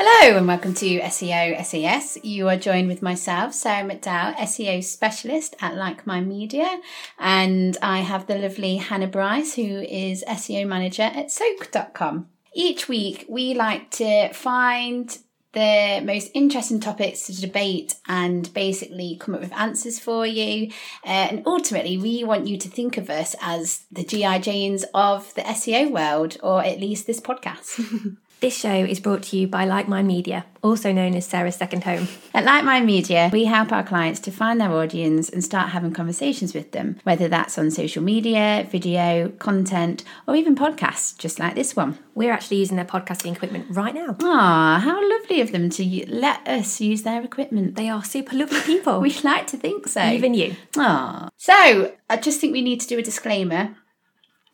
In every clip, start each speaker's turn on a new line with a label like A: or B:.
A: Hello and welcome to E SEO SES. You are joined with myself, Sarah McDowell, SEO specialist at Like My Media, and I have the lovely Hannah Bryce, who is SEO manager at Soak.com. Each week, we like to find the most interesting topics to debate and basically come up with answers for you. Uh, and ultimately, we want you to think of us as the GI Janes of the SEO world, or at least this podcast.
B: This show is brought to you by Like Mind Media, also known as Sarah's Second Home.
A: At Like Mind Media, we help our clients to find their audience and start having conversations with them, whether that's on social media, video, content, or even podcasts, just like this one.
B: We're actually using their podcasting equipment right now.
A: Ah, how lovely of them to u- let us use their equipment.
B: They are super lovely people,
A: We like to think so.
B: even you.
A: Ah. So, I just think we need to do a disclaimer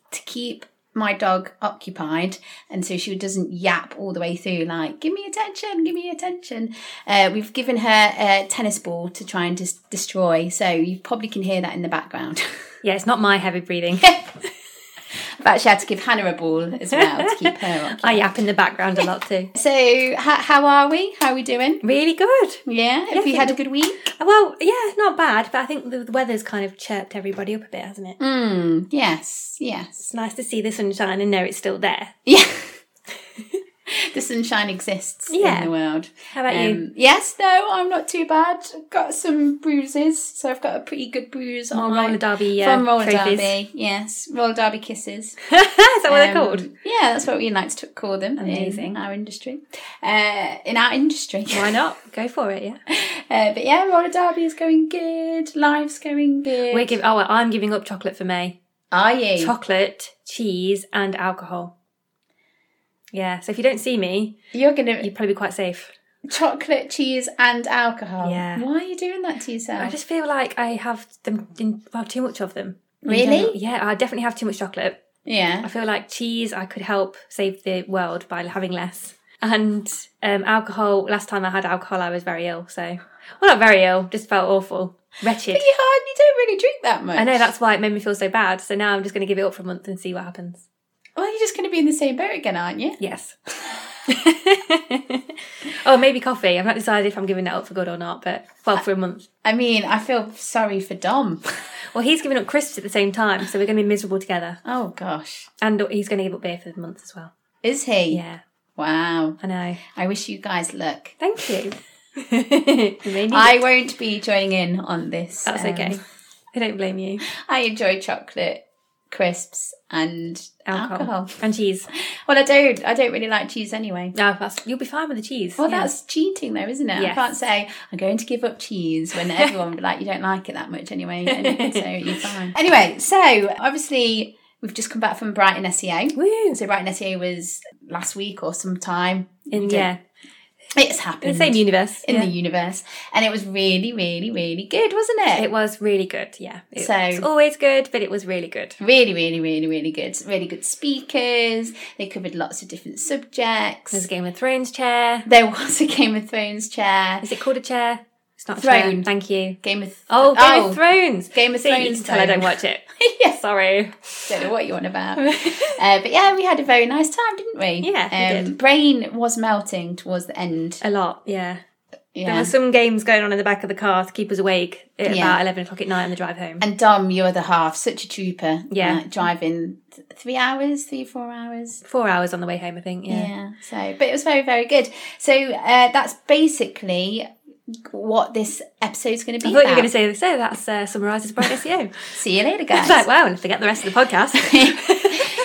A: to keep my dog occupied and so she doesn't yap all the way through like give me attention give me attention uh, we've given her a tennis ball to try and dis- destroy so you probably can hear that in the background
B: Yeah, it's not my heavy breathing.
A: i've actually had to give hannah a ball as well to keep her occupied
B: I yap in the background a lot too.
A: so h- how are we how are we doing
B: Really good.
A: yeah have you had a good week
B: Well, yeah, not bad, but I think the weather's kind of chirped everybody up a bit, hasn't it?
A: mm, yes yes
B: It's nice to see the sunshine and know it's still there.
A: yeah the sunshine exists
B: Yeah.
A: in the world
B: How about you?
A: Um, yes, no, I'm not too bad. I've got some bruises, so I've got a pretty good bruise on
B: On
A: my
B: roller derby uh,
A: from roller
B: trophies.
A: derby. Yes, roller derby kisses.
B: is that what
A: Um,
B: they're called?
A: Yeah, that's what we like to call them. in
B: Amazing.
A: our industry. Uh, in our industry,
B: Why not? Go for it, yeah.
A: uh, but yeah, roller derby is going good. Life's going good.
B: We're giving. Oh, well, I'm giving up chocolate for May.
A: Are you?
B: Chocolate, cheese, and alcohol. Yeah, so if you don't see me,
A: You're gonna
B: you're probably quite safe.
A: chocolate, cheese, and alcohol.
B: Yeah.
A: Why are you doing that to yourself?
B: I just feel like I have them in, well, too much of them. in
A: Really?
B: general. Yeah, I definitely have too much chocolate. I
A: yeah.
B: feel like cheese, I could help save the world by having less. And um, alcohol, last time I had alcohol, I was very ill. So, well, not very ill, just felt awful, wretched.
A: But you hardly don't really drink that much.
B: I know that's why it made me feel so bad. So now I'm just going to give it up for a month and see what happens.
A: Well, you're just going to be in the same boat again, aren't you?
B: Yes. oh, maybe coffee. I've not decided if I'm giving that up for good or not, but well, for a month.
A: I mean, I feel sorry for Dom.
B: Well, he's giving up crisps at the same time, so we're going to be miserable together.
A: Oh gosh.
B: And he's going to give up beer for the month as well.
A: Is he?
B: Yeah,
A: Wow.
B: I know.
A: I wish you guys luck.
B: Thank you. You may need
A: I
B: it.
A: won't be joining in on this.
B: That's
A: um,
B: okay. I don't blame you.
A: I enjoy chocolate crisps and alcohol.
B: Alcohol, and cheese.
A: Well, I don't. I don't really like cheese anyway.
B: No, that's, you'll be fine with the cheese.
A: Well,
B: Yeah.
A: that's cheating, though, isn't it? I
B: Yes.
A: can't say I'm going to give up cheese when everyone would be like, you don't like it that much anyway, and so you're fine. Anyway, so obviously we've just come back from Brighton SEO.
B: woo.
A: So Brighton SEO was last week or sometime.
B: In, yeah,
A: It's
B: in
A: happened.
B: the same universe.
A: in
B: yeah.
A: the universe. And it was really, really, really good, wasn't it?
B: it was really good. Yeah, it
A: So-
B: was always good, but it was really good.
A: really, really, really, really good. Really good speakers. They covered lots of different subjects.
B: There's a Game of Thrones chair.
A: there was a Game of Thrones chair.
B: Is it called a chair? It's not a
A: Throne.
B: Chair. Thank you.
A: Game of
B: Oh, Game of Thrones.
A: Game of
B: See, you
A: Thrones
B: can tell I
A: throne.
B: don't watch it.
A: yes,
B: Sorry.
A: don't know what you're on about. uh, but yeah, we had a very nice time, didn't we?
B: Yeah, we
A: Um,
B: did.
A: Brain was melting towards the end.
B: A lot. Yeah. There
A: Yeah.
B: were some games going on in the back of the car to keep us awake at
A: Yeah.
B: about eleven o'clock at night on the drive home.
A: and Dom, your other half, such a trooper.
B: Yeah.
A: uh, driving th- three hours, three, four hours.
B: Four hours on the way home, I think. Yeah.
A: Yeah. So, but it was very, very good. So uh, that's basically what this episode's going to be
B: I thought you were
A: about.
B: going to say, so that's uh, summarises Bright SEO.
A: See you later,
B: it's
A: guys.
B: like, wow, and forget the rest of the podcast.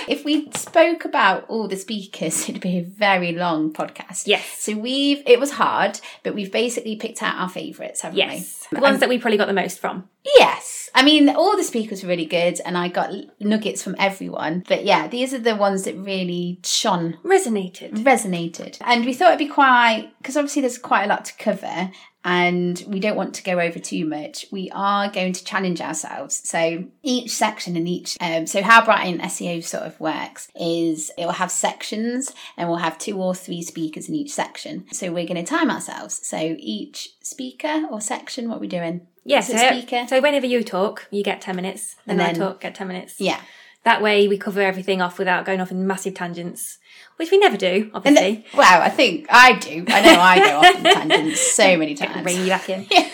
A: if we spoke about all the speakers, it'd be a very long podcast.
B: Yes.
A: So we've it was hard, but we've basically picked out our favourites, haven't
B: yes. The ones that we probably got the most from.
A: we? Yes. I mean, all the speakers were really good, and I got l- nuggets from everyone. But yeah, these are the ones that really shone
B: Resonated.
A: resonated. And we thought it'd be quite, because obviously there's quite a lot to cover and we don't want to go over too much. We are going to challenge ourselves. So each section and each, um, so how Brighton SEO sort of works is it will have sections and we'll have two or three speakers in each section. So we're going to time ourselves. So each speaker or section, what we're doing?
B: Yeah,
A: So
B: so,
A: speaker.
B: so whenever you talk, you get 10 minutes. Then,
A: And
B: I
A: then-
B: talk, get 10 minutes.
A: Yeah.
B: That way we cover everything off without going off in massive tangents, which we never do,
A: And
B: obviously.
A: th- wow, I think I do. I know I go off on tangents so many times.
B: Bring you back in.
A: Yeah.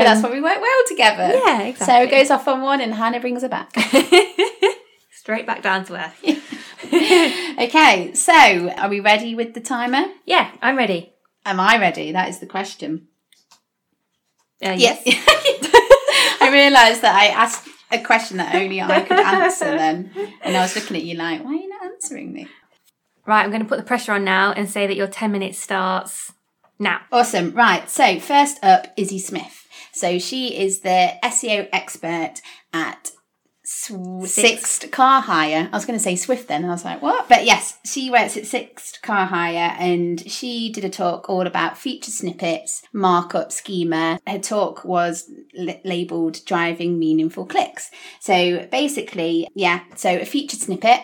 A: but that's why we work well together.
B: Um, Yeah,
A: So it
B: exactly.
A: goes off on one and Hannah brings her back.
B: Straight back down to earth.
A: okay, so are we ready with the timer?
B: Yeah, I'm ready.
A: Am I ready? That is the question.
B: Uh,
A: Yes. I realised that I asked a question that only I could answer then. And I was looking at you like, why are you not answering me?
B: Right, I'm going to put the pressure on now and say that your 10 minutes starts now.
A: Awesome. Right. So, first up, Izzy Smith. So, she is the SEO expert at Sw- Sixth Car Hire. I was going to say Swift then, and I was like, what? But yes, she works at Sixth Car Hire and she did a talk all about feature snippets, markup schema. Her talk was l- labeled Driving Meaningful Clicks. So basically, yeah, so a featured snippet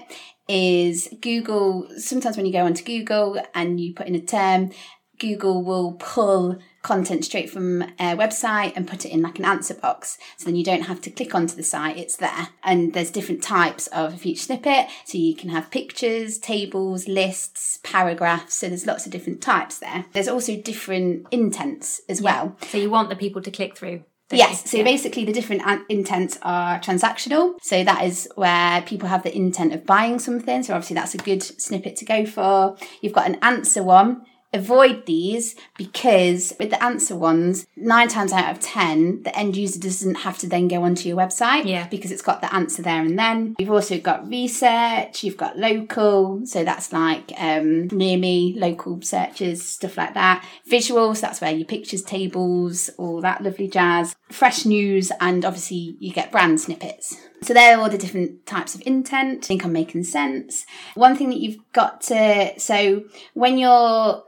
A: is Google. Sometimes when you go onto Google and you put in a term, Google will pull content straight from a website and put it in like an answer box. So then you don't have to click onto the site, it's there. And there's different types of a feature snippet. So you can have pictures, tables, lists, paragraphs. So there's lots of different types there. There's also different intents as well.
B: So you want the people to click through. don't
A: Yes,
B: you?
A: so
B: Yeah.
A: basically the different an- intents are transactional. So that is where people have the intent of buying something. So obviously that's a good snippet to go for. You've got an answer one. Avoid these because with the answer ones, nine times out of ten, the end user doesn't have to then go onto your website
B: Yeah.
A: because it's got the answer there and then. You've also got research, you've got local, so that's like um, near me, local searches, stuff like that. Visuals, that's where your pictures, tables, all that lovely jazz. Fresh news, and obviously you get brand snippets. So they're all the different types of intent. I think I'm making sense. One thing that you've got to, so when you're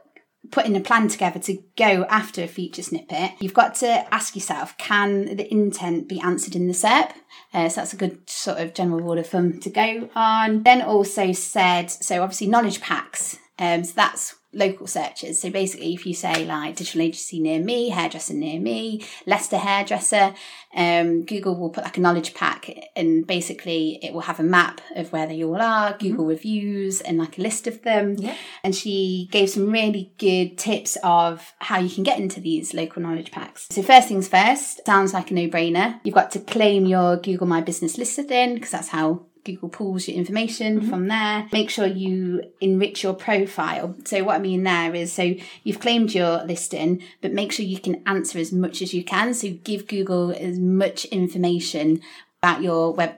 A: putting a plan together to go after a feature snippet, you've got to ask yourself, can the intent be answered in the SERP? Uh, so that's a good sort of general rule of thumb to go on. Then also said, so obviously knowledge packs. Um, so that's local searches. So basically, if you say like digital agency near me, hairdresser near me, Leicester hairdresser, um, Google will put like a knowledge pack and basically it will have a map of where they all are, Google reviews and like a list of them
B: Yeah.
A: and she gave some really good tips of how you can get into these local knowledge packs. So first things first, sounds like a no-brainer. You've got to claim your Google My Business listing because that's how Google pulls your information from there. Make sure you enrich your profile. So what I mean there is so you've claimed your listing, but make sure you can answer as much as you can. So give Google as much information about your web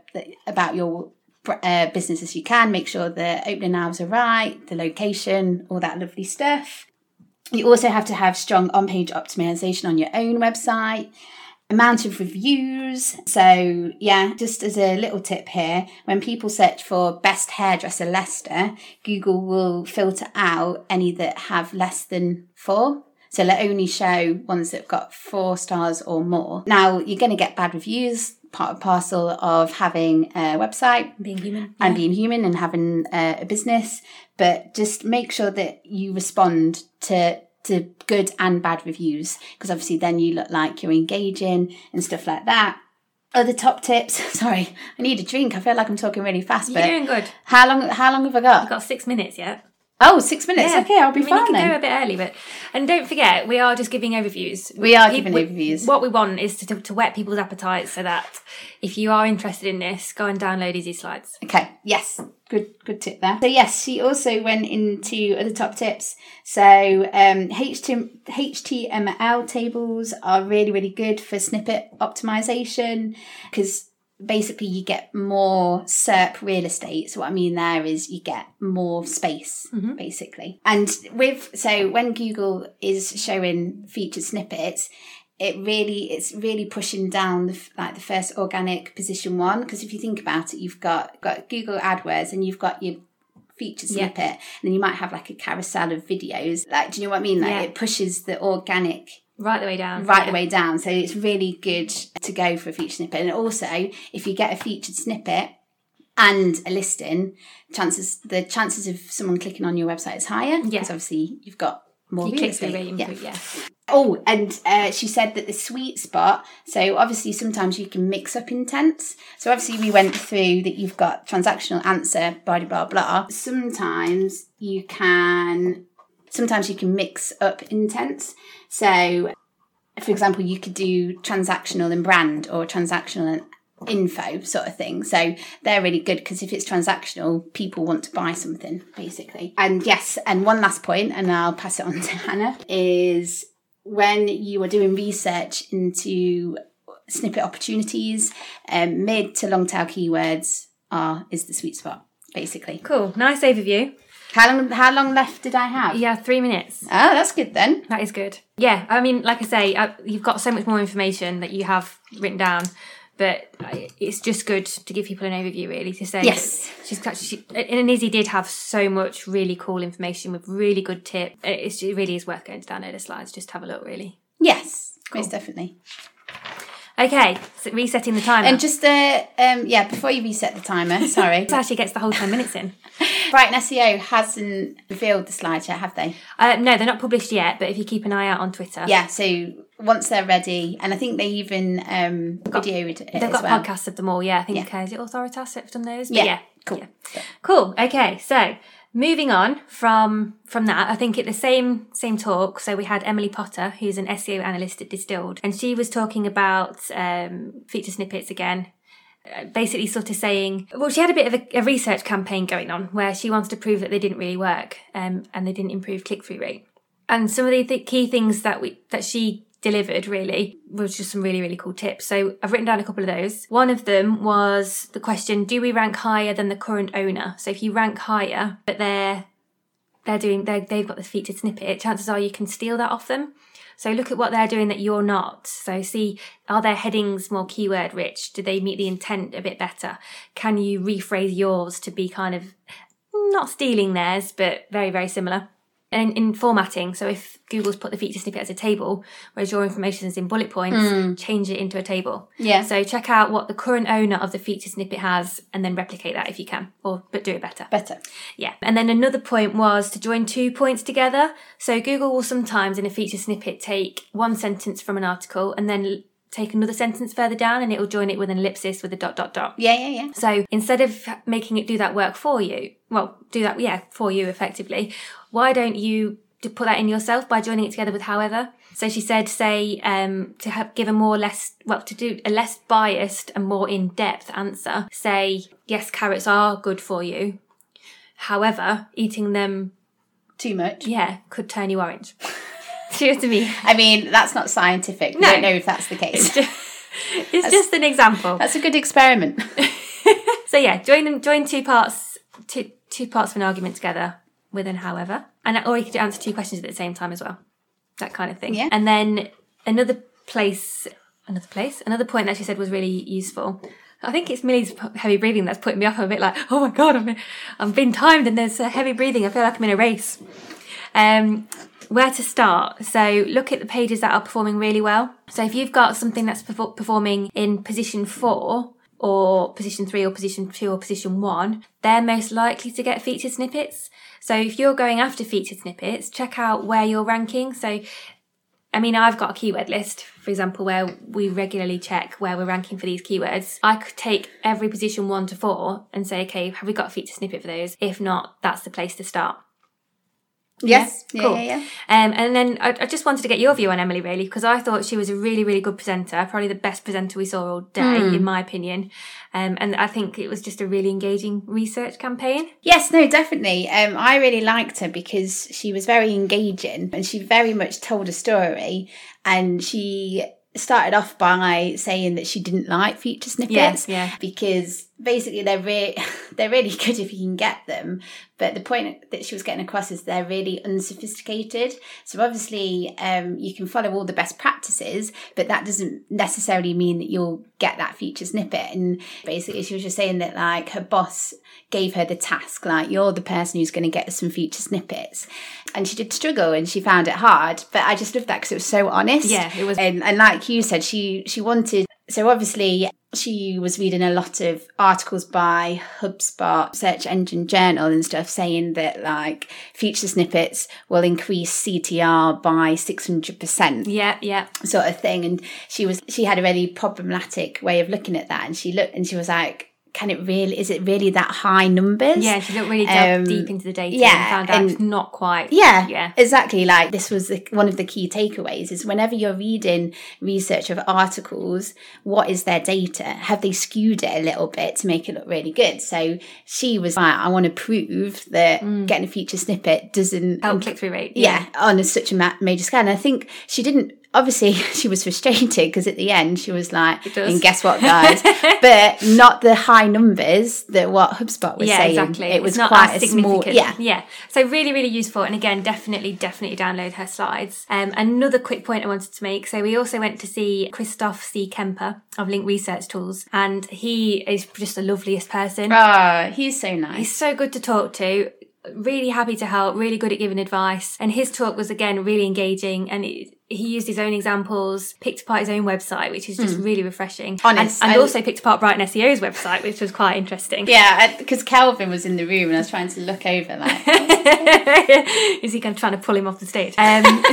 A: about your br- uh, business as you can. Make sure the opening hours are right, the location, all that lovely stuff. You also have to have strong on page optimization on your own website, amount of reviews. So, yeah, just as a little tip here, when people search for best hairdresser Leicester, Google will filter out any that have less than four. So they'll only show ones that have got four stars or more. Now, you're going to get bad reviews, part and parcel of having a website
B: Being human.
A: and being human and having uh, a business but just make sure that you respond to to good and bad reviews because obviously then you look like you're engaging and stuff like that other top tips sorry i need a drink i feel like i'm talking really fast
B: You're
A: but
B: doing good.
A: how long how long have i got
B: I've got six minutes yet.
A: oh six minutes
B: Yeah.
A: okay i'll be
B: I mean, you
A: fine
B: can
A: then
B: go a bit early, but and don't forget, we are just giving overviews.
A: We are
B: Peop-
A: giving
B: we-
A: overviews.
B: What we want is to, to whet people's appetites so that if you are interested in this, go and download Easy Slides.
A: Okay. Yes. Good. Good tip there. So yes, she also went into other top tips. So um, HTML, HTML tables are really really good for snippet optimization because basically you get more SERP real estate. So what I mean there is you get more space basically. And with so when Google is showing featured snippets, it really it's really pushing down the, f- like the first organic position one because if you think about it you've got got google adwords and you've got your feature
B: Yeah.
A: snippet and then you might have like a carousel of videos like do you know what i mean like
B: Yeah.
A: it pushes the organic
B: Right the way down.
A: right
B: Yeah.
A: the way down so it's really good to go for a featured snippet and also if you get a featured snippet and a listing chances the chances of someone clicking on your website is higher
B: Yeah.
A: because obviously you've got more
B: you
A: real
B: click through
A: estate.
B: where you
A: Yeah.
B: improve, yeah.
A: Oh, and uh, she said that the sweet spot. So obviously, sometimes you can mix up intents. So obviously, we went through that you've got transactional answer, blah blah blah. blah. Sometimes you can, sometimes you can mix up intents. So, for example, you could do transactional and brand or transactional and info sort of thing. So they're really good because if it's transactional, people want to buy something basically. And yes, and one last point, and I'll pass it on to Hannah is when you are doing research into snippet opportunities, um, mid to long tail keywords are is the sweet spot basically.
B: Cool. Nice overview.
A: How long? How long left did I have?
B: Yeah, three minutes.
A: Oh, that's good then.
B: That is good. Yeah, I mean, like I say, I, you've got so much more information that you have written down, but I- it's just good to give people an overview, really, to say.
A: Yes.
B: She's got- she, and Izzy did have so much really cool information with really good tip. It's, it really is worth going to download the slides. Just have a look, really.
A: Yes, most definitely.
B: Okay, so resetting the timer.
A: And just uh, um, yeah, before you reset the timer, sorry.
B: This actually gets the whole ten minutes in.
A: Brighton SEO hasn't revealed the slide yet, have they?
B: Uh, no, they're not published yet, but if you keep an eye out on Twitter,
A: Yeah, so once they're ready, and I think they even um, videoed it
B: they've
A: as
B: got
A: well.
B: podcasts of them all. Yeah, I think uh, is it Authoritas that have done those? But
A: Yeah,
B: yeah,
A: cool.
B: yeah. Cool. Okay, so moving on from from that, I think at the same same talk, so we had Emily Potter, who's an SEO analyst at Distilled, and she was talking about um, feature snippets again. uh, Basically, sort of saying, well, she had a bit of a, a research campaign going on where she wanted to prove that they didn't really work um, and they didn't improve click through rate. And some of the th- key things that we that she delivered really was just some really really cool tips. So I've written down a couple of those. One of them was the question: Do we rank higher than the current owner? So if you rank higher, but they're they're doing they they've got the featured snippet, chances are you can steal that off them. So look at what they're doing that you're not. So see, are their headings more keyword rich? Do they meet the intent a bit better? Can you rephrase yours to be kind of not stealing theirs, but very, very similar. And in formatting, so if Google's put the feature snippet as a table, whereas your information is in bullet points, change it into a table.
A: Yeah.
B: So check out what the current owner of the feature snippet has, and then replicate that if you can, or but do it better.
A: Better.
B: Yeah. And then another point was to join two points together. So Google will sometimes in a feature snippet take one sentence from an article and then l- take another sentence further down and it will join it with an ellipsis with a dot dot dot.
A: Yeah, yeah, yeah.
B: So instead of making it do that work for you, well, do that, yeah, for you effectively, why don't you d- put that in yourself by joining it together with however? So she said, say, um, to have, give a more less, well, to do a less biased and more in depth answer, say, yes, carrots are good for you. However, eating them,
A: Too much.
B: yeah, could turn you orange. Do you know what I mean?
A: I mean, that's not scientific. We
B: No.
A: don't know if that's the case.
B: It's just an example.
A: That's a good experiment.
B: So yeah, join them, join two parts, two two parts of an argument together with an however, and or you could answer two questions at the same time as well, that kind of thing.
A: Yeah.
B: And then another place, another place, another point that she said was really useful. I think it's Millie's p- heavy breathing that's putting me off. I'm a bit like, oh my god, I'm I'm being timed and there's a heavy breathing. I feel like I'm in a race. Um, where to start? So look at the pages that are performing really well. So if you've got something that's perfor- performing in position four or position three or position two or position one, they're most likely to get featured snippets. So if you're going after featured snippets, check out where you're ranking. So I mean, I've got a keyword list, for example, where we regularly check where we're ranking for these keywords. I could take every position one to four and say, okay, have we got a feature snippet for those? If not, that's the place to start.
A: yes. Yeah,
B: Cool.
A: yeah, yeah.
B: Um, and then I, I just wanted to get your view on Emily, really, because I thought she was a really, really good presenter, probably the best presenter we saw all day,
A: Hmm.
B: in my opinion. Um, and I think it was just a really engaging research campaign.
A: Yes, no, definitely. Um, I really liked her because she was very engaging and she very much told a story. And she started off by saying that she didn't like feature snippets
B: yeah.
A: because basically they're re- they're really good if you can get them. But the point that she was getting across is they're really unsophisticated. So obviously um, you can follow all the best practices, but that doesn't necessarily mean that you'll get that feature snippet. And basically she was just saying that like her boss gave her the task like you're the person who's going to get us some feature snippets and she did struggle and she found it hard but i just loved that because it was so honest
B: Yeah, it was.
A: and, and like you said she she wanted so obviously she was reading a lot of articles by HubSpot, Search Engine Journal, and stuff saying that like feature snippets will increase CTR by 600%,
B: Yeah, yeah.
A: sort of thing. And she was, she had a really problematic way of looking at that. And she looked and she was like, can it really, is it really that high numbers?
B: Yeah, she looked really delved
A: Um,
B: deep into the data
A: yeah,
B: and found out
A: and-
B: it's not quite.
A: Yeah,
B: Yeah.
A: exactly. Like this was the, one of the key takeaways is whenever you're reading research of articles, what is their data? Have they skewed it a little bit to make it look really good? So she was like, I want to prove that
B: Mm.
A: getting a feature snippet doesn't
B: Oh, click through rate.
A: yeah, on a, such a ma- major scale. And I think she didn't. Obviously, she was frustrated because at the end she was like,
B: does.
A: "And guess what, guys? but not the high numbers that what HubSpot was
B: Yeah,
A: saying.
B: exactly.
A: It was
B: it's not
A: quite
B: as
A: a small,
B: significant.
A: yeah,
B: yeah. So really, really useful. And again, definitely, definitely download her slides. Um, another quick point I wanted to make. So we also went to see Christoph C. Kemper of Link Research Tools, and he is just the loveliest person.
A: Oh, he's so nice.
B: Ah, He's so good to talk to. Really happy to help. Really good at giving advice. And his talk was again really engaging. And it, he used his own examples, picked apart his own website, which is just really refreshing.
A: Hmm. Honest.
B: and,
A: I-
B: and also picked apart Brighton SEO's website, which was quite interesting.
A: Yeah, because Calvin was in the room and I was trying to look over like
B: is he kind of trying to pull him off the stage? Um,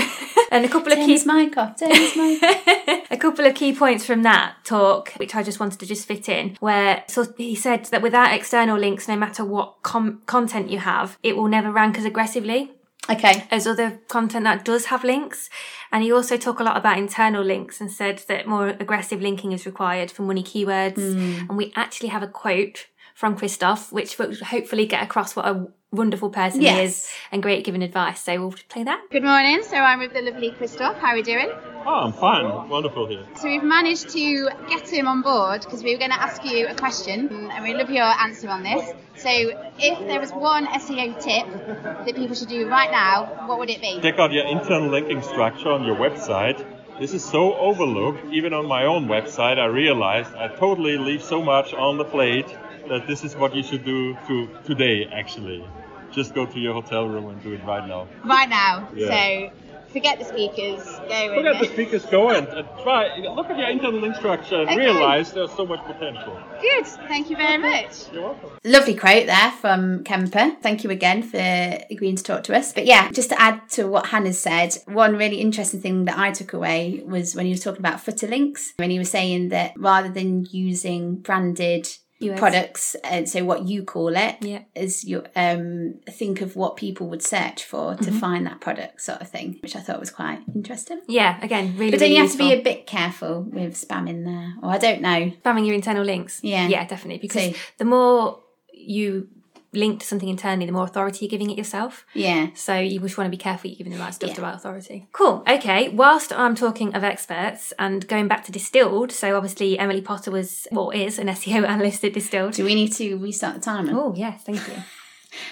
B: and a couple of key
A: James Mycroft, James Mycroft.
B: a couple of key points from that talk, which I just wanted to just fit in, where so he said that without external links, no matter what com- content you have, it will never rank as aggressively
A: Okay.
B: as other content that does have links. And he also talked a lot about internal links and said that more aggressive linking is required for money keywords.
A: Hmm.
B: And we actually have a quote from Christoph, which will hopefully get across what a wonderful person he is
A: Yes.
B: and great at giving advice. So we'll play that.
C: Good morning. So I'm with the lovely Christoph. How are we doing?
D: Oh, I'm fine. Wonderful here.
C: So we've managed to get him on board because we were going to ask you a question, mm, and we love your answer on this. So if there was one SEO tip that people should do right now, what would it be?
D: Check out your internal linking structure on your website. This is so overlooked. Even on my own website, I realized I totally leave so much on the plate that this is what you should do to today, actually. Just go to your hotel room and do it right now.
C: Right now.
D: Yeah.
C: So forget the speakers. Go
D: Look at the
C: and
D: speakers go and, and try. Look at your internal link structure and
C: Okay.
D: realize there's so much potential.
C: good. Thank you very much.
D: You're welcome.
A: Lovely quote there from Kemper. Thank you again for agreeing to talk to us. But yeah, just to add to what Hannah said, one really interesting thing that I took away was when he was talking about footer links, when he was saying that rather than using branded
B: Keywords.
A: products and so what you call it
B: Yeah.
A: is you um think of what people would search for
B: Mm-hmm.
A: to find that product sort of thing which i thought was quite interesting
B: Yeah, again, really.
A: But then you have to be
B: useful.
A: a bit careful with spamming there, or I don't know.
B: spamming your internal links.
A: Yeah.
B: Yeah, definitely. Because
A: So-
B: the more you link to something internally, the more authority you're giving it yourself.
A: Yeah,
B: So you just want to be careful you're giving the right stuff to
A: Yeah.
B: the right authority. Cool. Okay. Whilst I'm talking of experts and going back to distilled, so obviously Emily Potter was or is an SEO analyst at distilled.
A: do we need to restart the timer?
B: Oh yes, thank you.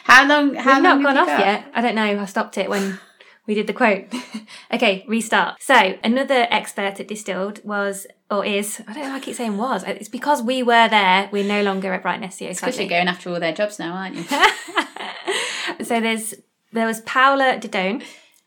A: How long? How
B: I've
A: long
B: not gone
A: have
B: off
A: you got?
B: yet. I don't know. I stopped it when we did the quote. okay, restart. So another expert at Distilled was or is I don't know. why I keep saying was. It's because we were there. We're no longer at Brighton SEO.
A: Because
B: sadly.
A: you're going after all their jobs now, aren't you?
B: so there's there was Paola Didone.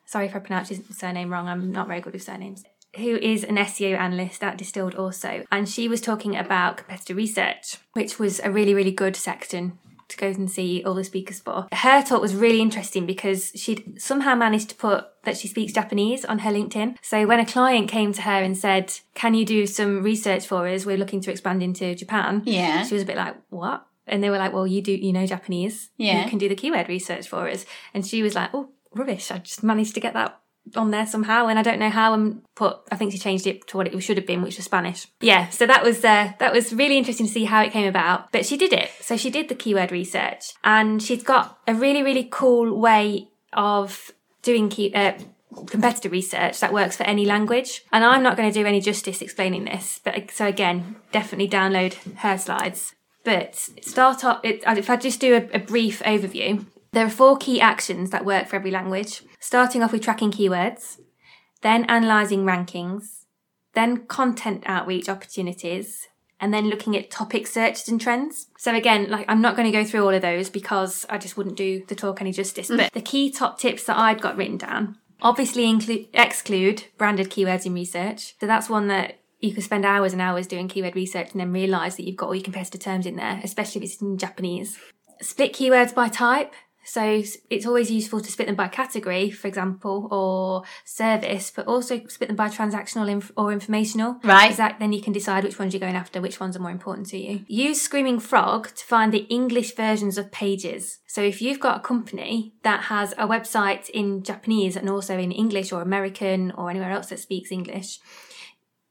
B: Sorry if I pronounced his surname wrong. I'm not very good with surnames. Who is an SEO analyst at Distilled also, and she was talking about competitor research, which was a really really good section to go and see all the speakers for. Her talk was really interesting because she'd somehow managed to put that she speaks Japanese on her LinkedIn. So when a client came to her and said, "Can you do some research for us? We're looking to expand into Japan."
A: Yeah.
B: she was a bit like, "What?" And they were like, "Well, you do, you know Japanese.
A: Yeah.
B: you can do the keyword research for us." And she was like, "Oh, rubbish! I just managed to get that on there somehow, and I don't know how." And put, I think she changed it to what it should have been, which was Spanish. Yeah, so that was uh, that was really interesting to see how it came about. But she did it. So she did the keyword research, and she's got a really really cool way of doing key. Uh, competitor research that works for any language. And I'm not going to do any justice explaining this, but so again, definitely download her slides. But start off, it, if I just do a, a brief overview, there are four key actions that work for every language, starting off with tracking keywords, then analysing rankings, then content outreach opportunities, and then looking at topic searches and trends. So again, like I'm not going to go through all of those because I just wouldn't do the talk any justice. But the key top tips that I'd got written down obviously include exclude branded keywords in research. So that's one that you can spend hours and hours doing keyword research and then realize that you've got all your competitor terms in there, especially if it's in Japanese. Split keywords by type. So s- it's always useful to split them by category, for example, or service, but also split them by transactional inf- or informational.
A: Right.
B: Because that, then you can decide which ones you're going after, which ones are more important to you. Use Screaming Frog to find the English versions of pages. So if you've got a company that has a website in Japanese and also in English or American or anywhere else that speaks English,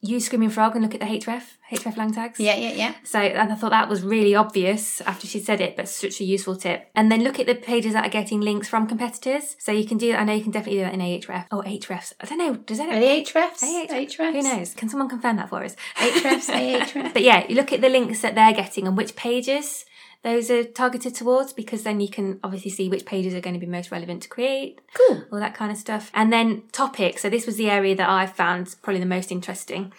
B: use Screaming Frog and look at the href, href lang tags.
A: Yeah, yeah, yeah.
B: So, and I thought that was really obvious after she said it, but such a useful tip. And then look at the pages that are getting links from competitors. So you can do that. I know you can definitely do that in Ahrefs. Oh, Ahrefs. I don't know. Does
A: Are
B: anyone?
A: they Ahrefs?
B: Who knows? Can someone confirm that for us?
A: Ahrefs, Ahrefs.
B: But yeah, you look at the links that they're getting and which pages those are targeted towards because then you can obviously see which pages are going to be most relevant to create.
A: Cool.
B: All that kind of stuff. And then topics. So this was the area that I found probably the most interesting.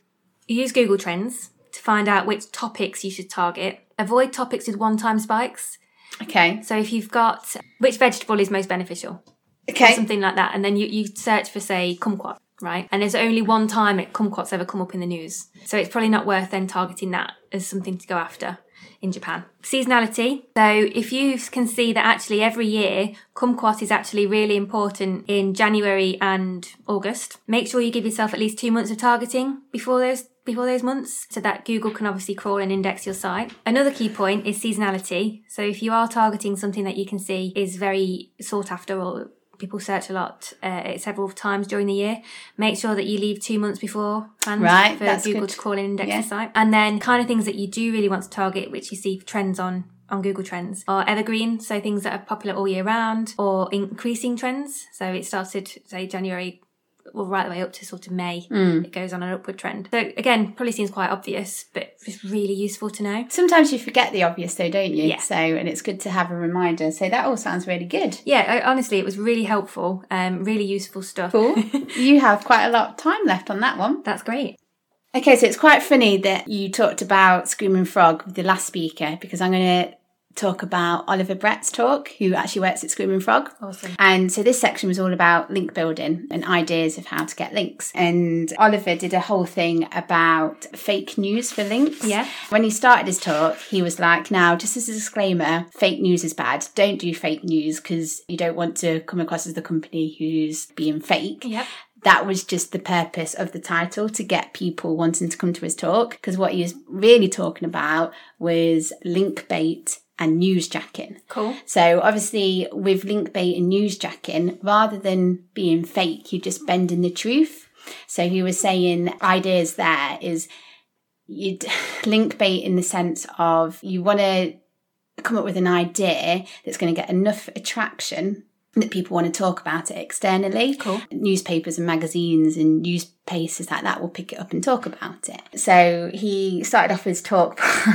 B: You use Google Trends to find out which topics you should target. Avoid topics with one-time spikes.
A: Okay.
B: So if you've got which vegetable is most beneficial, or
A: Okay.
B: something like that, and then you, you search for say kumquat, right? And there's only one time it kumquat's ever come up in the news, so it's probably not worth then targeting that as something to go after in Japan. Seasonality. So if you can see that actually every year kumquat is actually really important in January and August, make sure you give yourself at least two months of targeting before those before those months so that Google can obviously crawl and index your site. Another key point is seasonality. So if you are targeting something that you can see is very sought after or people search a lot uh, several times during the year, make sure that you leave two months before planned
A: Right,
B: for
A: that's
B: Google
A: good.
B: to crawl and index
A: Yeah.
B: your site. And then kind of things that you do really want to target, which you see trends on on Google Trends are evergreen, so things that are popular all year round, or increasing trends. So it started say January well, right the way up to sort of May,
A: Hmm.
B: it goes on an upward trend. So again, probably seems quite obvious, but it's really useful to know.
A: Sometimes you forget the obvious, though, don't you?
B: Yeah.
A: So, and it's good to have a reminder. So that all sounds really good.
B: Yeah, I, honestly, it was really helpful, um, really useful stuff.
A: Cool. you have quite a lot of time left on that one.
B: That's great.
A: Okay, so it's quite funny that you talked about Screaming Frog with the last speaker because I'm going to talk about Oliver Brett's talk, who actually works at Screaming Frog.
B: Awesome.
A: And so this section was all about link building and ideas of how to get links. And Oliver did a whole thing about fake news for links.
B: Yeah.
A: When he started his talk, he was like, now, just as a disclaimer, fake news is bad. Don't do fake news because you don't want to come across as the company who's being fake
B: Yep.
A: that was just the purpose of the title to get people wanting to come to his talk because what he was really talking about was link bait and news jacking.
B: Cool.
A: So obviously with link bait and news jacking, rather than being fake, you're just bending the truth. So he was saying ideas there is you'd link bait in the sense of you want to come up with an idea that's going to get enough attraction that people want to talk about it externally.
B: Cool.
A: Newspapers and magazines and newspapers like that will pick it up and talk about it. So he started off his talk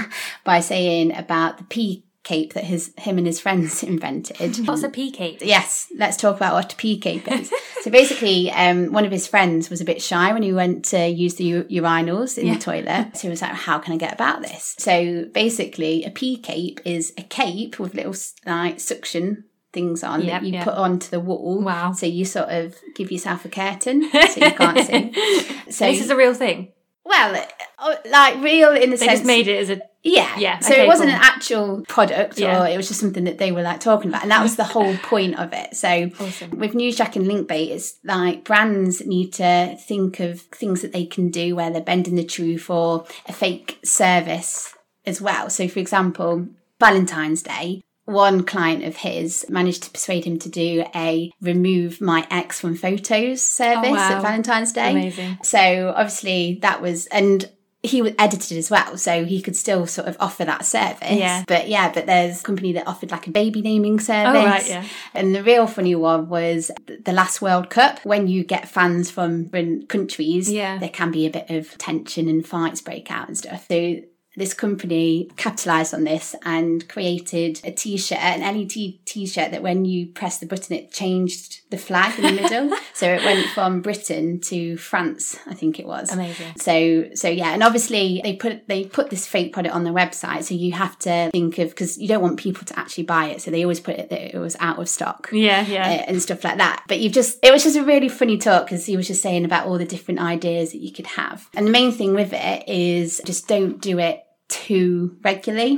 A: by saying about the pea cape that his him and his friends invented.
B: What's a pea cake?
A: Yes, let's talk about what a pea cape is. so basically, um, one of his friends was a bit shy when he went to use the u- urinals in the toilet. So he was like, "How can I get about this?" So basically, a pea cape is a cape with little s- like suction things on
B: Yep,
A: that you
B: yep.
A: put onto the wall.
B: Wow.
A: So you sort of give yourself a curtain so you can't see. So
B: this is a real thing.
A: well, uh, like real in the
B: They
A: sense
B: just made it as a
A: yeah.
B: Yeah,
A: So
B: okay,
A: it wasn't
B: cool.
A: an actual product
B: Yeah.
A: or it was just something that they were like talking about. And that was the whole point of it. So
B: Awesome.
A: with Newsjack and Linkbait, it's like brands need to think of things that they can do where they're bending the truth or a fake service as well. So for example, Valentine's Day, one client of his managed to persuade him to do a remove my ex from photos service
B: Oh, wow.
A: at Valentine's Day.
B: amazing.
A: So obviously that was and he was edited as well, so he could still sort of offer that service.
B: Yeah.
A: But yeah, but there's a company that offered like a baby naming service.
B: Oh right, yeah.
A: And the real funny one was th- the last World Cup. When you get fans from different countries,
B: Yeah.
A: there can be a bit of tension and fights break out and stuff. So this company capitalized on this and created a t-shirt, an LED t-shirt that when you press the button, it changed the flag in the middle. so it went from Britain to France, I think it was.
B: Amazing.
A: So so yeah, and obviously they put they put this fake product on their website, so you have to think of because you don't want people to actually buy it, so they always put it that it was out of stock
B: Yeah, yeah.
A: uh, and stuff like that. But you've just, it was just a really funny talk because he was just saying about all the different ideas that you could have. And the main thing with it is just don't do it too regularly.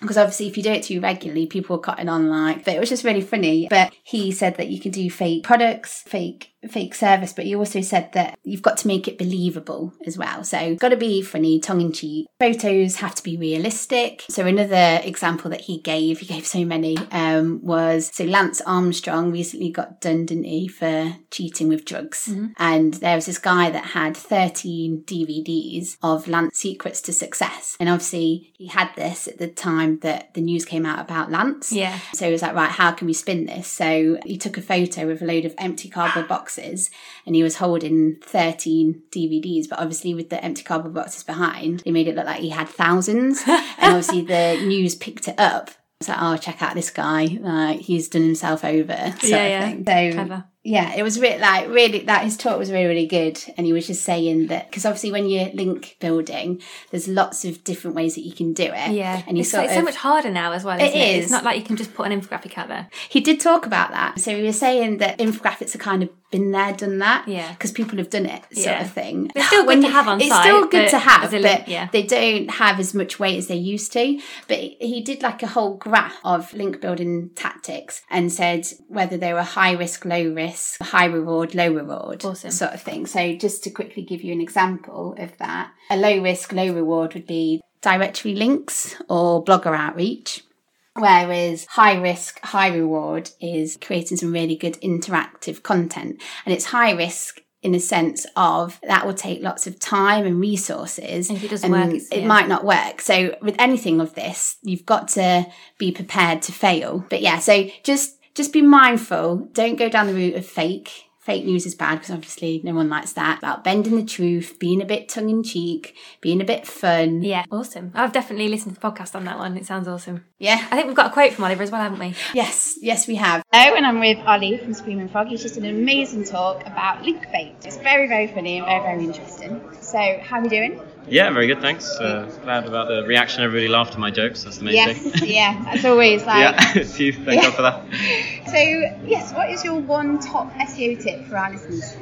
A: Because obviously, if you do it too regularly, people are cotton on like. But it was just really funny. But he said that you can do fake products, fake fake service, but he also said that you've got to make it believable as well. So got to be funny, tongue in cheek. Photos have to be realistic. So another example that he gave, he gave so many, um, was so Lance Armstrong recently got done, didn't he, for cheating with drugs? And there was this guy that had 13 DVDs of Lance Secrets to Success. And obviously he had this at the time that the news came out about Lance.
B: Yeah.
A: So he was like, right, how can we spin this? So he took a photo with a load of empty cardboard boxes and he was holding 13 DVDs. But obviously, with the empty cardboard boxes behind, they made it look like he had thousands. and obviously, the news picked it up. It's like, oh, check out this guy. Like, he's done himself over. Sort
B: Yeah,
A: of
B: yeah.
A: Thing. So,
B: Clever.
A: yeah, it was really like really that his talk was really really good, and he was just saying that because obviously when you're link building, there's lots of different ways that you can do it.
B: Yeah,
A: and you
B: it's,
A: sort
B: it's
A: of,
B: so much harder now as well.
A: It
B: Isn't it
A: is.
B: It's not like you can just put an infographic out there.
A: He did talk about that. So he was saying that infographics have kind of been there, done that.
B: Yeah.
A: Because people have done it, sort
B: Yeah.
A: of thing.
B: It's still good
A: When
B: to
A: you-
B: have on
A: It's
B: site,
A: still good
B: but
A: to have,
B: as a link,
A: but
B: yeah.
A: they don't have as much weight as they used to. But he- he did like a whole graph of link building tactics and said whether they were high risk, low risk, high reward, low reward,
B: Awesome.
A: sort of thing. So just to quickly give you an example of that, a low risk, low reward would be directory links or blogger outreach. Whereas high risk, high reward is creating some really good interactive content. And it's high risk in a sense of that will take lots of time and resources.
B: And if it doesn't
A: and
B: work, it's-
A: it
B: yeah.
A: might not work. So with anything of this, you've got to be prepared to fail. But yeah, so just just be mindful. Don't go down the route of fake. Fake news is bad because obviously no one likes that. About bending the truth, being a bit tongue in cheek, being a bit fun.
B: Yeah, awesome. I've definitely listened to the podcast on that one. It sounds awesome.
A: Yeah.
B: I think we've got a quote from Oliver as well, haven't we?
A: Yes, yes, we have.
C: Hello, and I'm with Ollie from Screaming Frog. He's just an amazing talk about link bait. It's very, very funny and very, very interesting. So, how are you doing?
E: Yeah, very good, thanks. Uh, glad about the reaction. Everybody laughed at my jokes. That's the main
C: Yes,
E: thing.
C: yeah, that's always like.
E: yeah, it's you. Thank
C: Yeah.
E: God for that.
C: So, yes, what is your one top SEO tip for our listeners?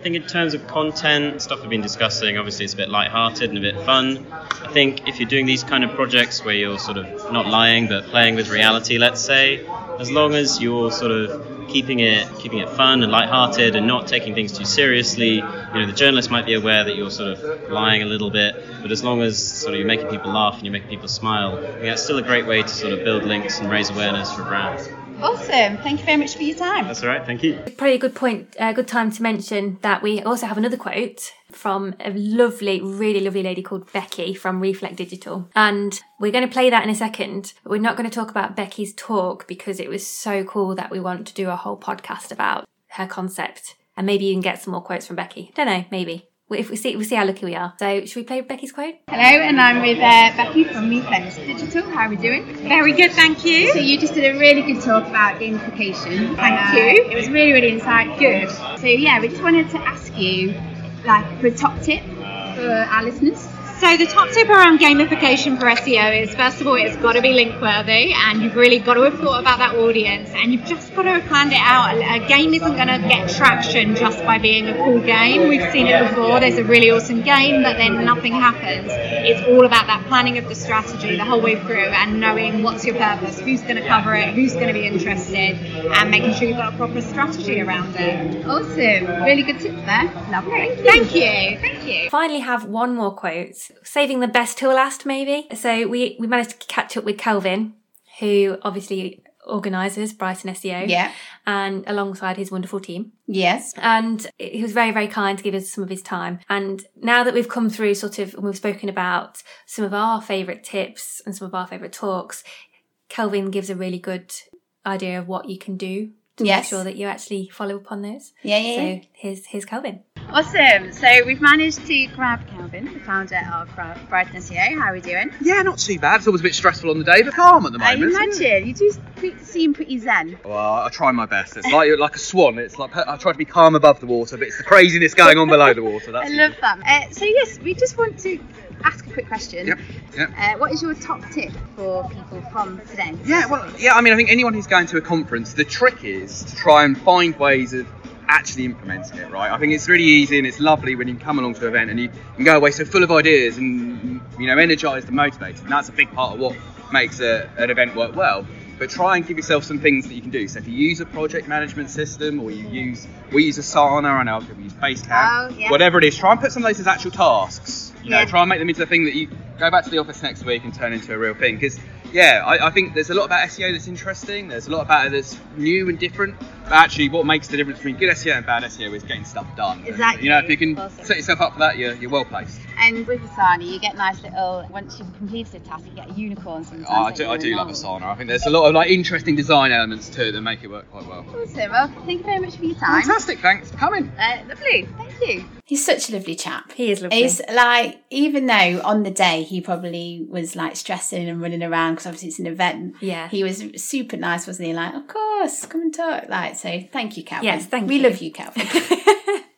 E: I think in terms of content, stuff we've been discussing, obviously it's a bit light-hearted and a bit fun. I think if you're doing these kind of projects where you're sort of not lying but playing with reality, let's say, as long as you're sort of keeping it keeping it fun and light-hearted and not taking things too seriously, you know, the journalist might be aware that you're sort of lying a little bit, but as long as sort of you're making people laugh and you're making people smile, I think that's still a great way to sort of build links and raise awareness for brands.
C: Awesome. Thank you very much for your time.
E: That's all right, thank you.
B: Probably a good point, a good time to mention that we also have another quote from a lovely, really lovely lady called Becky from Reflect Digital. And we're going to play that in a second, but we're not going to talk about Becky's talk because it was so cool that we want to do a whole podcast about her concept. And maybe you can get some more quotes from Becky. Don't know, maybe. If we see, we'll see how lucky we are. So, should we play Becky's quote?
C: Hello, and I'm with uh, Becky from Reflex Digital. How are we doing? Very good, thank you. So you just did a really good talk about gamification. Thank you. It was really, really insightful. Good. So yeah, we just wanted to ask you, like, for a top tip for our listeners.
F: So the top tip around gamification for SEO is first of all it's got to be link worthy and you've really got to have thought about that audience and you've just got to have planned it out. A a game isn't going to get traction just by being a cool game. We've seen it before. There's a really awesome game but then nothing happens. It's all about that planning of the strategy the whole way through and knowing what's your purpose, who's going to cover it, who's going to be interested and making sure you've got a proper strategy around it.
C: Awesome. Really good tips there. Lovely. Thank you. Thank you.
B: Finally, have one more quote, saving the best till last, maybe. So we we managed to catch up with Calvin, who obviously organises Brighton SEO,
A: Yeah.
B: and alongside his wonderful team.
A: Yes.
B: And he was very, very kind to give us some of his time. And now that we've come through, sort of, and we've spoken about some of our favourite tips and some of our favourite talks, Calvin gives a really good idea of what you can do to
A: Yes.
B: make sure that you actually follow up on those.
A: Yeah, yeah, yeah.
B: So here's here's Calvin.
C: Awesome. So we've managed to grab Calvin, the founder of Bra- Brighton SEO. How are we doing?
G: Yeah, not too bad. It's always a bit stressful on the day, but calm at the
C: I
G: moment.
C: imagine you do pre- seem pretty zen.
G: Well, I try my best. It's like like a swan. It's like I try to be calm above the water, but it's the craziness going on below the water.
C: I
G: That's
C: love that. Uh, so yes, we just want to ask a quick question.
G: Yep, yep.
C: Uh, what is your top tip for people from today?
G: Yeah, well, yeah. I mean, I think anyone who's going to a conference, the trick is to try and find ways of actually implementing it. Right? I think it's really easy and it's lovely when you come along to an event and you can go away so full of ideas and you know energised and motivated. And that's a big part of what makes a, an event work well. But try and give yourself some things that you can do. So if you use a project management system or you use we use Asana, I know we use Basecamp,
C: Oh, yeah.
G: whatever it is, try and put some of those as actual tasks. You know,
C: Yeah.
G: try and make them into a thing that you go back to the office next week and turn into a real thing. Because yeah, I, I think there's a lot about SEO that's interesting. There's a lot about it that's new and different. But actually, what makes the difference between good SEO and bad SEO is getting stuff done. And,
C: Exactly.
G: you know, if you can
C: Awesome.
G: set yourself up for that, you're, you're well placed.
C: And with Asana, you get nice little. Once you've completed a task, you get a unicorn sometimes.
G: Oh, I
C: don't
G: do,
C: you,
G: I do
C: or
G: love
C: not?
G: Asana. I think there's a lot of like interesting design elements to it that make it work quite well.
C: Awesome. Well, thank you very much for your time.
G: Fantastic. Thanks for coming.
C: Uh, lovely. Thank you.
A: He's such a lovely chap.
B: He is lovely.
A: He's like, even though on the day he probably was like stressing and running around because obviously it's an event.
B: Yeah.
A: He was super nice, wasn't he? Like, of course, come and talk. Like, so thank you, Calvin.
B: Yes, thank
A: we
B: you.
A: We love you, Calvin.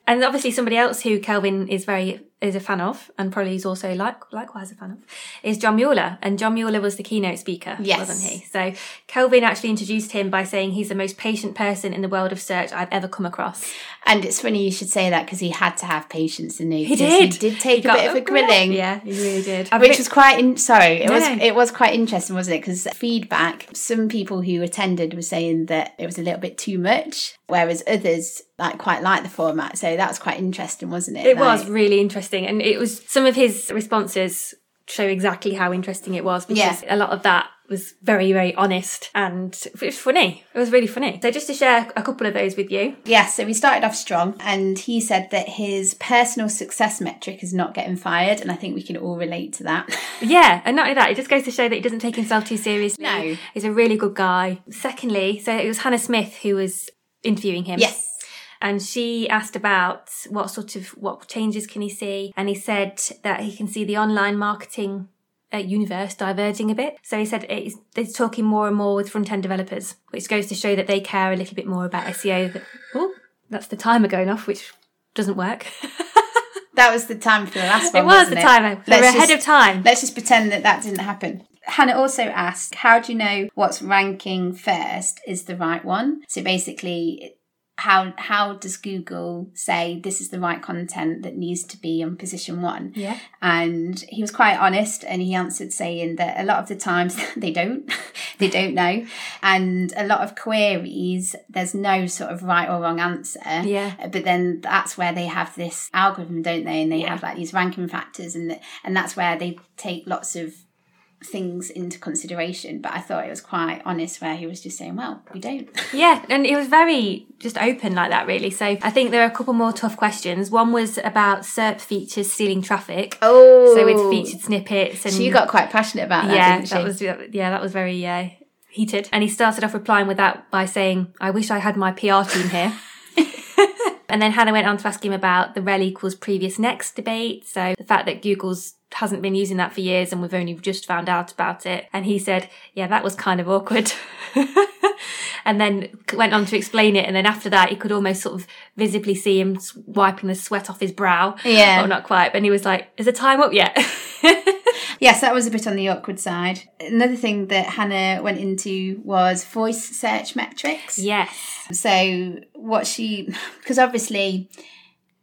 B: and obviously somebody else who Kelvin is very is a fan of, and probably is also like likewise a fan of, is John Mueller. And John Mueller was the keynote speaker,
A: Yes.
B: wasn't he? So Kelvin actually introduced him by saying he's the most patient person in the world of search I've ever come across.
A: and it's funny you should say that because he had to have patience, didn't he?
B: He
A: 'Cause
B: did.
A: He did take a
B: got
A: bit of a grilling.
B: Yeah, he really did.
A: which was quite in, sorry it
B: No,
A: was
B: no.
A: it was quite interesting wasn't it because feedback some people who attended were saying that it was a little bit too much whereas others like quite like the format so that was quite interesting wasn't it
B: It was
A: Like-
B: really interesting, and it was some of his responses show exactly how interesting it was because a lot of that was very very honest and it was funny. It was really funny. So just to share a couple of those with you.
A: Yeah, so we started off strong, and he said that his personal success metric is not getting fired, and I think we can all relate to that.
B: Yeah, and not only that, it just goes to show that he doesn't take himself too seriously.
A: No.
B: He's a really good guy. Secondly, so it was Hannah Smith who was interviewing him.
A: yes,
B: And she asked about what sort of what changes can he see? And he said that he can see the online marketing uh, universe diverging a bit. So he said it's, they're talking more and more with front end developers, which goes to show that they care a little bit more about SEO. That, oh, that's the timer going off, which doesn't work.
A: that was the time for the last one.
B: it was
A: wasn't
B: the timer. We're
A: Let's
B: ahead
A: just-
B: of time.
A: Let's just pretend that that didn't happen. Hannah also asked, How do you know what's ranking first is the right one? So basically, how, how does Google say this is the right content that needs to be on position one?
B: Yeah.
A: And he was quite honest and he answered saying that a lot of the times they don't, they don't know. And a lot of queries, there's no sort of right or wrong answer.
B: Yeah.
A: But then that's where they have this algorithm, don't they? And they
B: Yeah.
A: have like these ranking factors, and the, and that's where they take lots of things into consideration. But I thought it was quite honest, where he was just saying, "Well, we don't."
B: Yeah, and it was very just open like that, really. So I think there are a couple more tough questions. One was about SERP features stealing traffic.
A: Oh,
B: So with featured snippets and
A: she got quite passionate about that.
B: yeah,
A: didn't she?
B: that was yeah, that was very uh, heated. And he started off replying with that by saying, "I wish I had my PR team here." and then Hannah went on to ask him about the rel equals previous next debate. So the fact that Google's hasn't been using that for years and we've only just found out about it. And he said, "Yeah, that was kind of awkward." and then went on to explain it. And then after that, he could almost sort of visibly see him wiping the sweat off his brow.
A: Yeah.
B: well, not quite. But he was like, "Is the time up yet?"
A: Yes, that was a bit on the awkward side. Another thing that Hannah went into was voice search metrics.
B: yes.
A: So what she, because obviously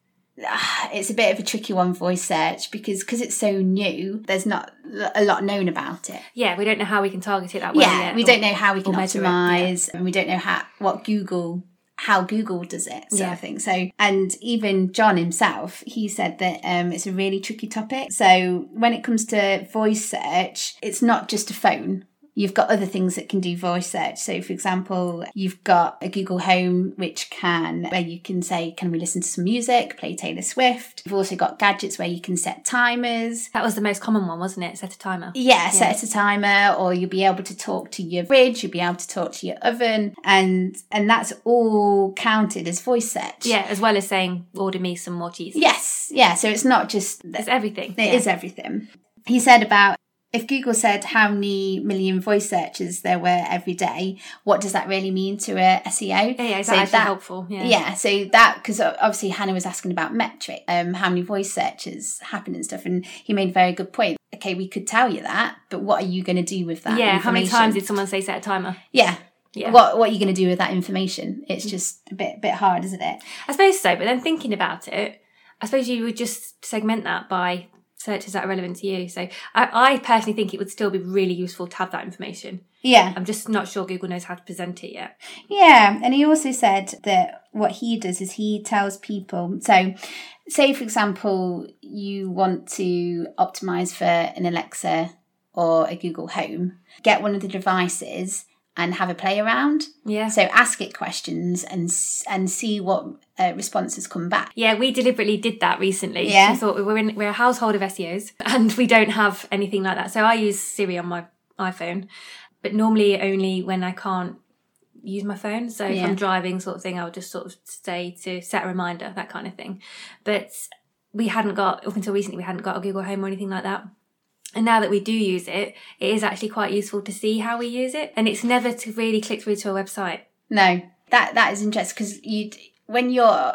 A: ah, it's a bit of a tricky one voice search because because it's so new, there's not l- a lot known about it.
B: Yeah, we don't know how we can target it that way.
A: yeah,
B: yet,
A: we
B: or-
A: don't know how we can
B: or measure it, yeah.
A: optimize, and we don't know how what Google how Google does it, sort
B: Yeah.
A: of thing. So, and even John himself, he said that um, it's a really tricky topic. So, when it comes to voice search, it's not just a phone. you've got other things that can do voice search. So, for example, you've got a Google Home which can, where you can say, can we listen to some music, play Taylor Swift. You've also got gadgets where you can set timers.
B: That was the most common one, wasn't it? Set a timer.
A: Yeah, set a timer, or you'll be able to talk to your fridge, you'll be able to talk to your oven, and and that's all counted as voice search.
B: Yeah, as well as saying, order me some more cheese.
A: Yes. Yeah. So it's not just
B: It's everything.
A: it is everything. He said about if Google said how many million voice searches there were every day, what does that really mean to a SEO?
B: Yeah, yeah, is
A: So
B: that actually
A: that-
B: helpful? Yeah.
A: Yeah. so that because obviously Hannah was asking about metric, um, how many voice searches happen and stuff, and he made a very good point. Okay, we could tell you that, but what are you going to do with that?
B: Yeah, how many times
A: information?
B: did someone say set a timer?
A: Yeah,
B: Yeah. Mm.
A: What what are you going to do with that information? It's just a bit bit hard, isn't it?
B: I suppose so, but then thinking about it, I suppose you would just segment that by searches that are relevant to you. So I, I personally think it would still be really useful to have that information.
A: Yeah,
B: I'm just not sure Google knows how to present it yet.
A: Yeah, and he also said that what he does is he tells people. So, say for example, you want to optimize for an Alexa or a Google Home, get one of the devices and have a play around.
B: Yeah.
A: So ask it questions and s- and see what uh, responses come back.
B: Yeah, we deliberately did that recently.
A: Yeah.
B: We thought we were in we're a household of SEOs and we don't have anything like that. So I use Siri on my iPhone, but normally only when I can't use my phone. So if
A: Yeah.
B: I'm driving sort of thing, I'll just sort of say to set a reminder, that kind of thing. But we hadn't got up until recently we hadn't got a Google Home or anything like that. And now that we do use it, it is actually quite useful to see how we use it. And it's never to really click through to a website.
A: No, that that is interesting because you when you're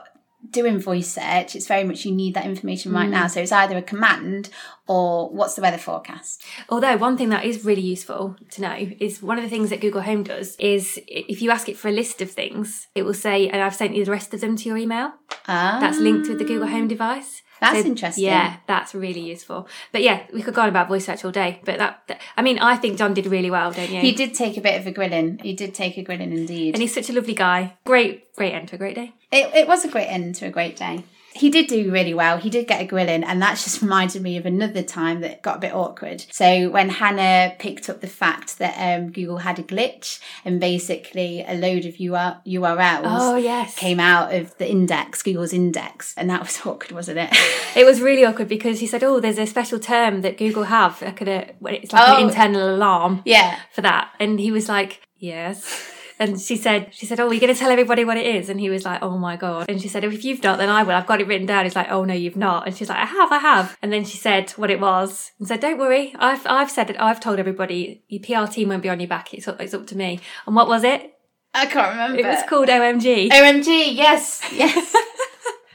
A: doing voice search, it's very much you need that information right now. So it's either a command or what's the weather forecast.
B: Although one thing that is really useful to know is one of the things that Google Home does is if you ask it for a list of things, it will say, "And I've sent you the rest of them to your email."
A: Ah,
B: That's linked with the Google Home device.
A: That's interesting.
B: Yeah, that's really useful. But yeah, we could go on about voice search all day. But that, that- I mean, I think John did really well, don't you?
A: He did take a bit of a grilling. He did take a grilling indeed.
B: And he's such a lovely guy. Great, great end to a great day.
A: it, it was a great end to a great day. He did do really well. He did get a grilling, and that just reminded me of another time that got a bit awkward. So when Hannah picked up the fact that um, Google had a glitch, and basically a load of UR- URLs
B: Oh yes,
A: came out of the index, Google's index, and that was awkward, wasn't it?
B: it was really awkward because he said, "Oh, there's a special term that Google have, like a, when it's like
A: Oh.
B: an internal alarm."
A: yeah,
B: for that. And he was like, yes. And she said, she said, oh, you're going to tell everybody what it is. And he was like, oh my God. And she said, if you've not, then I will. I've got it written down. He's like, oh no, you've not. And she's like, I have, I have. And then she said what it was and said, don't worry. I've, I've said it. I've told everybody your PR team won't be on your back. It's up, it's up to me. And what was it?
A: I can't remember.
B: It was called OMG.
A: OMG, yes, yes.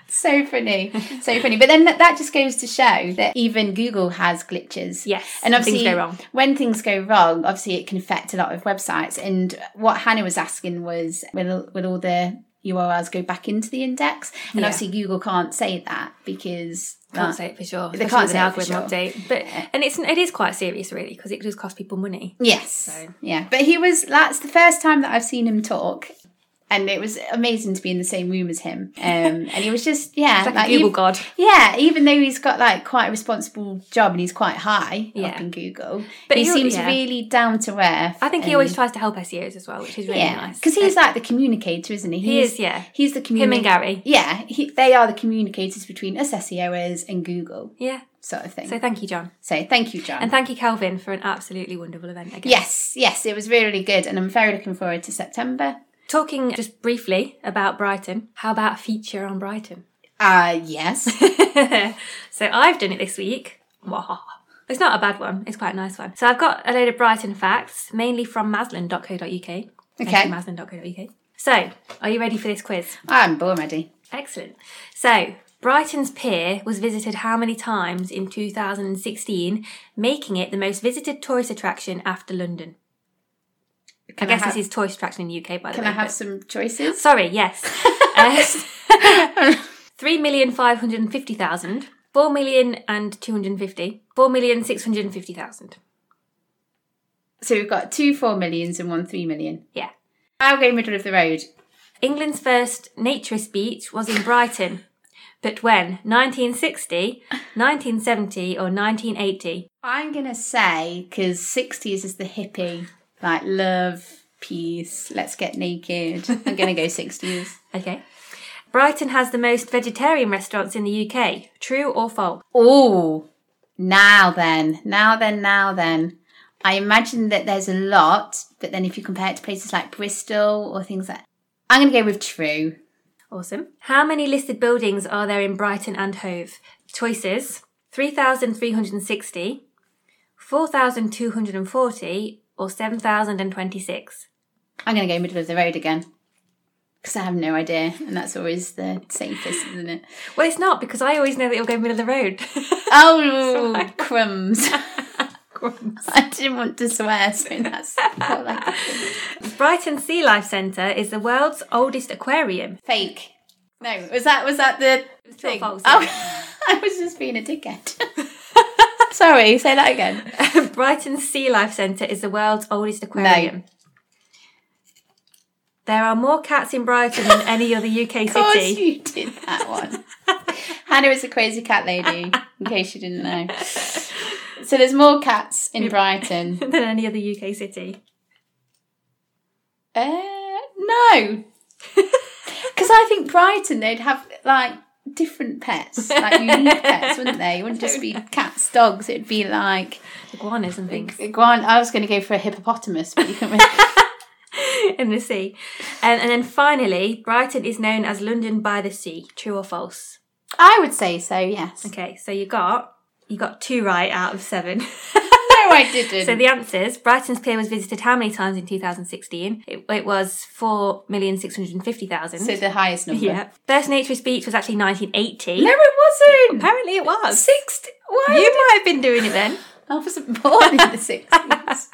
A: so funny, so funny. But then that, that just goes to show that even Google has glitches.
B: Yes,
A: And obviously,
B: things go wrong.
A: when things go wrong, obviously it can affect a lot of websites. And what Hannah was asking was, will, will all the URLs go back into the index? And
B: Yeah.
A: obviously, Google can't say that because
B: Can't say it for sure.
A: They
B: especially
A: can't
B: with an
A: say it for
B: algorithm
A: sure.
B: update. But and it's it is quite serious really because it does cost people money.
A: Yes. Yeah. But he was, that's the first time that I've seen him talk. And it was amazing to be in the same room as him. Um, and he was just, yeah.
B: It's like, a Google
A: you-
B: God.
A: Yeah, even though he's got like quite a responsible job and he's quite high up
B: Yeah.
A: in Google, but
B: But
A: he
B: you're-
A: seems
B: yeah.
A: really down to earth.
B: I think he
A: and-
B: always tries to help SEOs as well, which is really
A: yeah,
B: nice.
A: because he's like the communicator, isn't he?
B: He
A: He's-
B: is, yeah.
A: He's the
B: him and
A: communicator.
B: Gary.
A: Yeah, he, they are the communicators between us SEOers and Google,
B: Yeah.
A: sort of thing.
B: So
A: So,
B: thank you, John.
A: thank you, John.
B: And thank you, Calvin, for an absolutely wonderful event again.
A: yes, yes, it was really, really good, and I'm very looking forward to September.
B: Talking just briefly about Brighton, how about a feature on Brighton?
A: Uh yes.
B: so I've done it this week. Wah. It's not a bad one, it's quite a nice one. So I've got a load of Brighton facts, mainly from maslin.co.uk. Okay.
A: Okay.
B: Maslin.co.uk. So, are you ready for this quiz?
A: I'm born ready.
B: Excellent. So, Brighton's Pier was visited how many times in 2016, making it the most visited tourist attraction after London?
A: Can
B: I guess
A: have,
B: this is tourist attraction in the UK, by the
A: Can
B: way.
A: I have
B: but-
A: some choices?
B: Sorry, yes. uh, 3,550,000, 4,250,000, 4,650,000.
A: So we've got two four millions and one three million.
B: Yeah.
A: I'll go middle of the road.
B: England's first naturist beach was in Brighton. But when? 1960, 1970, or 1980?
A: I'm gonna say because 60s is the hippie like love, peace, let's get naked. I'm going to go 60s.
B: Okay. Brighton has the most vegetarian restaurants in the UK. True or false?
A: Oh, now then, now then, now then. I imagine that there's a lot, but then if you compare it to places like Bristol or things like I'm going to go with true.
B: Awesome. How many listed buildings are there in Brighton and Hove? Choices 3,360, 4,240, or 7,026.
A: I'm going to go middle of the road again because I have no idea, and that's always the safest, isn't it?
B: Well, it's not because I always know that you'll go middle of the road.
A: Oh, crumbs. I didn't want to swear, so that's what like
B: Brighton Sea Life Centre is the world's oldest aquarium.
A: fake. No, was that was that the
B: true or
A: thing?
B: false,
A: Oh, I was just being a dickhead. Sorry, say that again.
B: Brighton Sea Life Centre is the world's oldest aquarium. There are more cats in Brighton than any other UK
A: Of course
B: city.
A: you did that one. Hannah is a crazy cat lady, in case you didn't know. So there's more cats in Brighton.
B: than any other UK city.
A: Uh, no. Because I think Brighton, they'd have like different pets, like unique pets, wouldn't they? It wouldn't just be cats, dogs. It'd be like
B: Iguanas and things
A: iguana. I was going to go for a hippopotamus, but you can really.
B: in the sea. Um, And, and then finally, Brighton is known as London by the Sea. True or false?
A: I would say so. Yes.
B: Okay, so you got you got two right out of seven.
A: No, I didn't.
B: So the answers: Brighton's pier was visited how many times in 2016? It, it was four million six hundred fifty thousand.
A: So the highest number.
B: yeah. First Naturist Beach was actually 1980.
A: No, it wasn't.
B: apparently it was.
A: Sixty.
B: You
A: Why?
B: might have been doing it then.
A: I wasn't born in the sixties.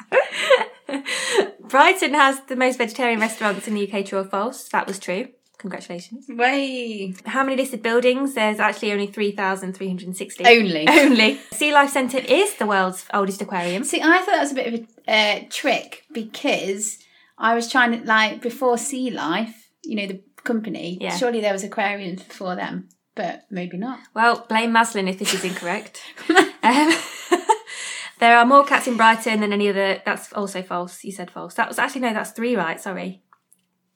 B: Brighton has the most vegetarian restaurants in the UK. True or false? That was true. Congratulations.
A: Way.
B: How many listed buildings? There's actually only 3,360.
A: Only.
B: Only. Sea Life Centre is the world's oldest aquarium.
A: See, I thought that was a bit of a uh, trick because I was trying to like before Sea Life, you know, the company.
B: Yeah.
A: Surely there was aquariums before them, but maybe not.
B: Well, blame Maslin if this is incorrect. um, there are more cats in Brighton than any other. That's also false. You said false. That was actually no. That's three right. Sorry,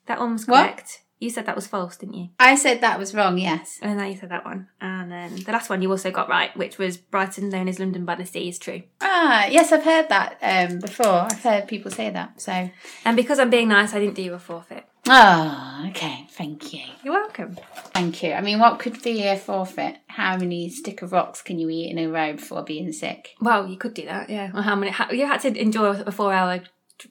B: that one was
A: What?
B: correct. You said that was false, didn't you?
A: I said that was wrong. Yes.
B: And then you said that one, and then the last one you also got right, which was Brighton known as London by the Sea is true.
A: Ah, yes, I've heard that um, before. I've heard people say that. So,
B: And because I'm being nice, I didn't do you a forfeit.
A: ah, okay. Thank you.
B: You're welcome.
A: Thank you. I mean, what could be a forfeit? How many stick of rocks can you eat in a row before being sick?
B: Well, you could do that, yeah. Well, how many? How, you had to endure a four-hour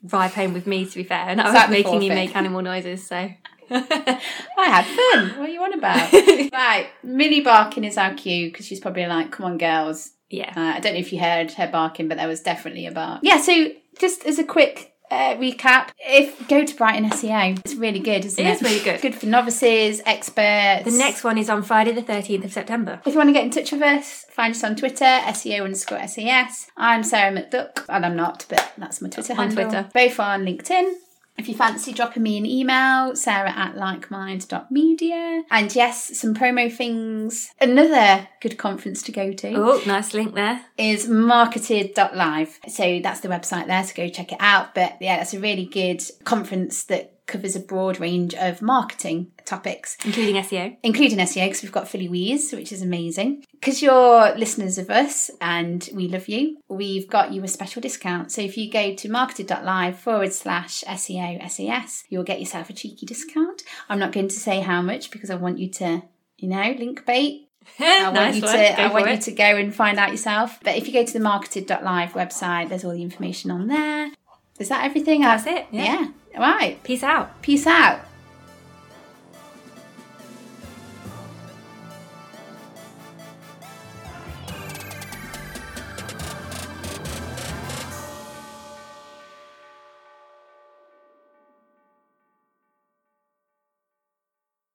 B: drive home with me, to be fair, and I was
A: that the
B: making you
A: forfeit?
B: make animal noises. So
A: I had fun. What are you on about? right, Millie barking is our cue because she's probably like, "Come on, girls."
B: yeah.
A: Uh, I don't know if you heard her barking, but there was definitely a bark. Yeah. So just as a quick. Uh, recap if go to brighton seo it's really good isn't it
B: It is really good.
A: good for novices experts
B: The next one is on Friday, the 13th of September.
A: If you want to get in touch with us, find us on Twitter, SEO underscore SES. I'm Sarah McDuck, and I'm not, but that's my Twitter
B: On
A: handle.
B: Twitter.
A: Both on LinkedIn. If you fancy dropping me an email, sarah at likemind.media. And yes, some promo things. Another good conference to go to
B: Oh, nice link there.
A: is marketed.live. So that's the website there, so go check it out. But yeah, that's a really good conference that covers a broad range of marketing topics
B: Including SEO.
A: including E SEO, because we've got Philly Wheeze, which is amazing. Because you're listeners of us and we love you, we've got you a special discount. So if you go to marketed.live forward slash E SEO SES, you'll get yourself a cheeky discount. I'm not going to say how much because I want you to, you know, link bait. I want you to I want you to go and find out yourself. But if you go to the marketed.live website, there's all the information on there. Is that everything?
B: That's it, yeah.
A: yeah. All right.
B: Peace out.
A: Peace out.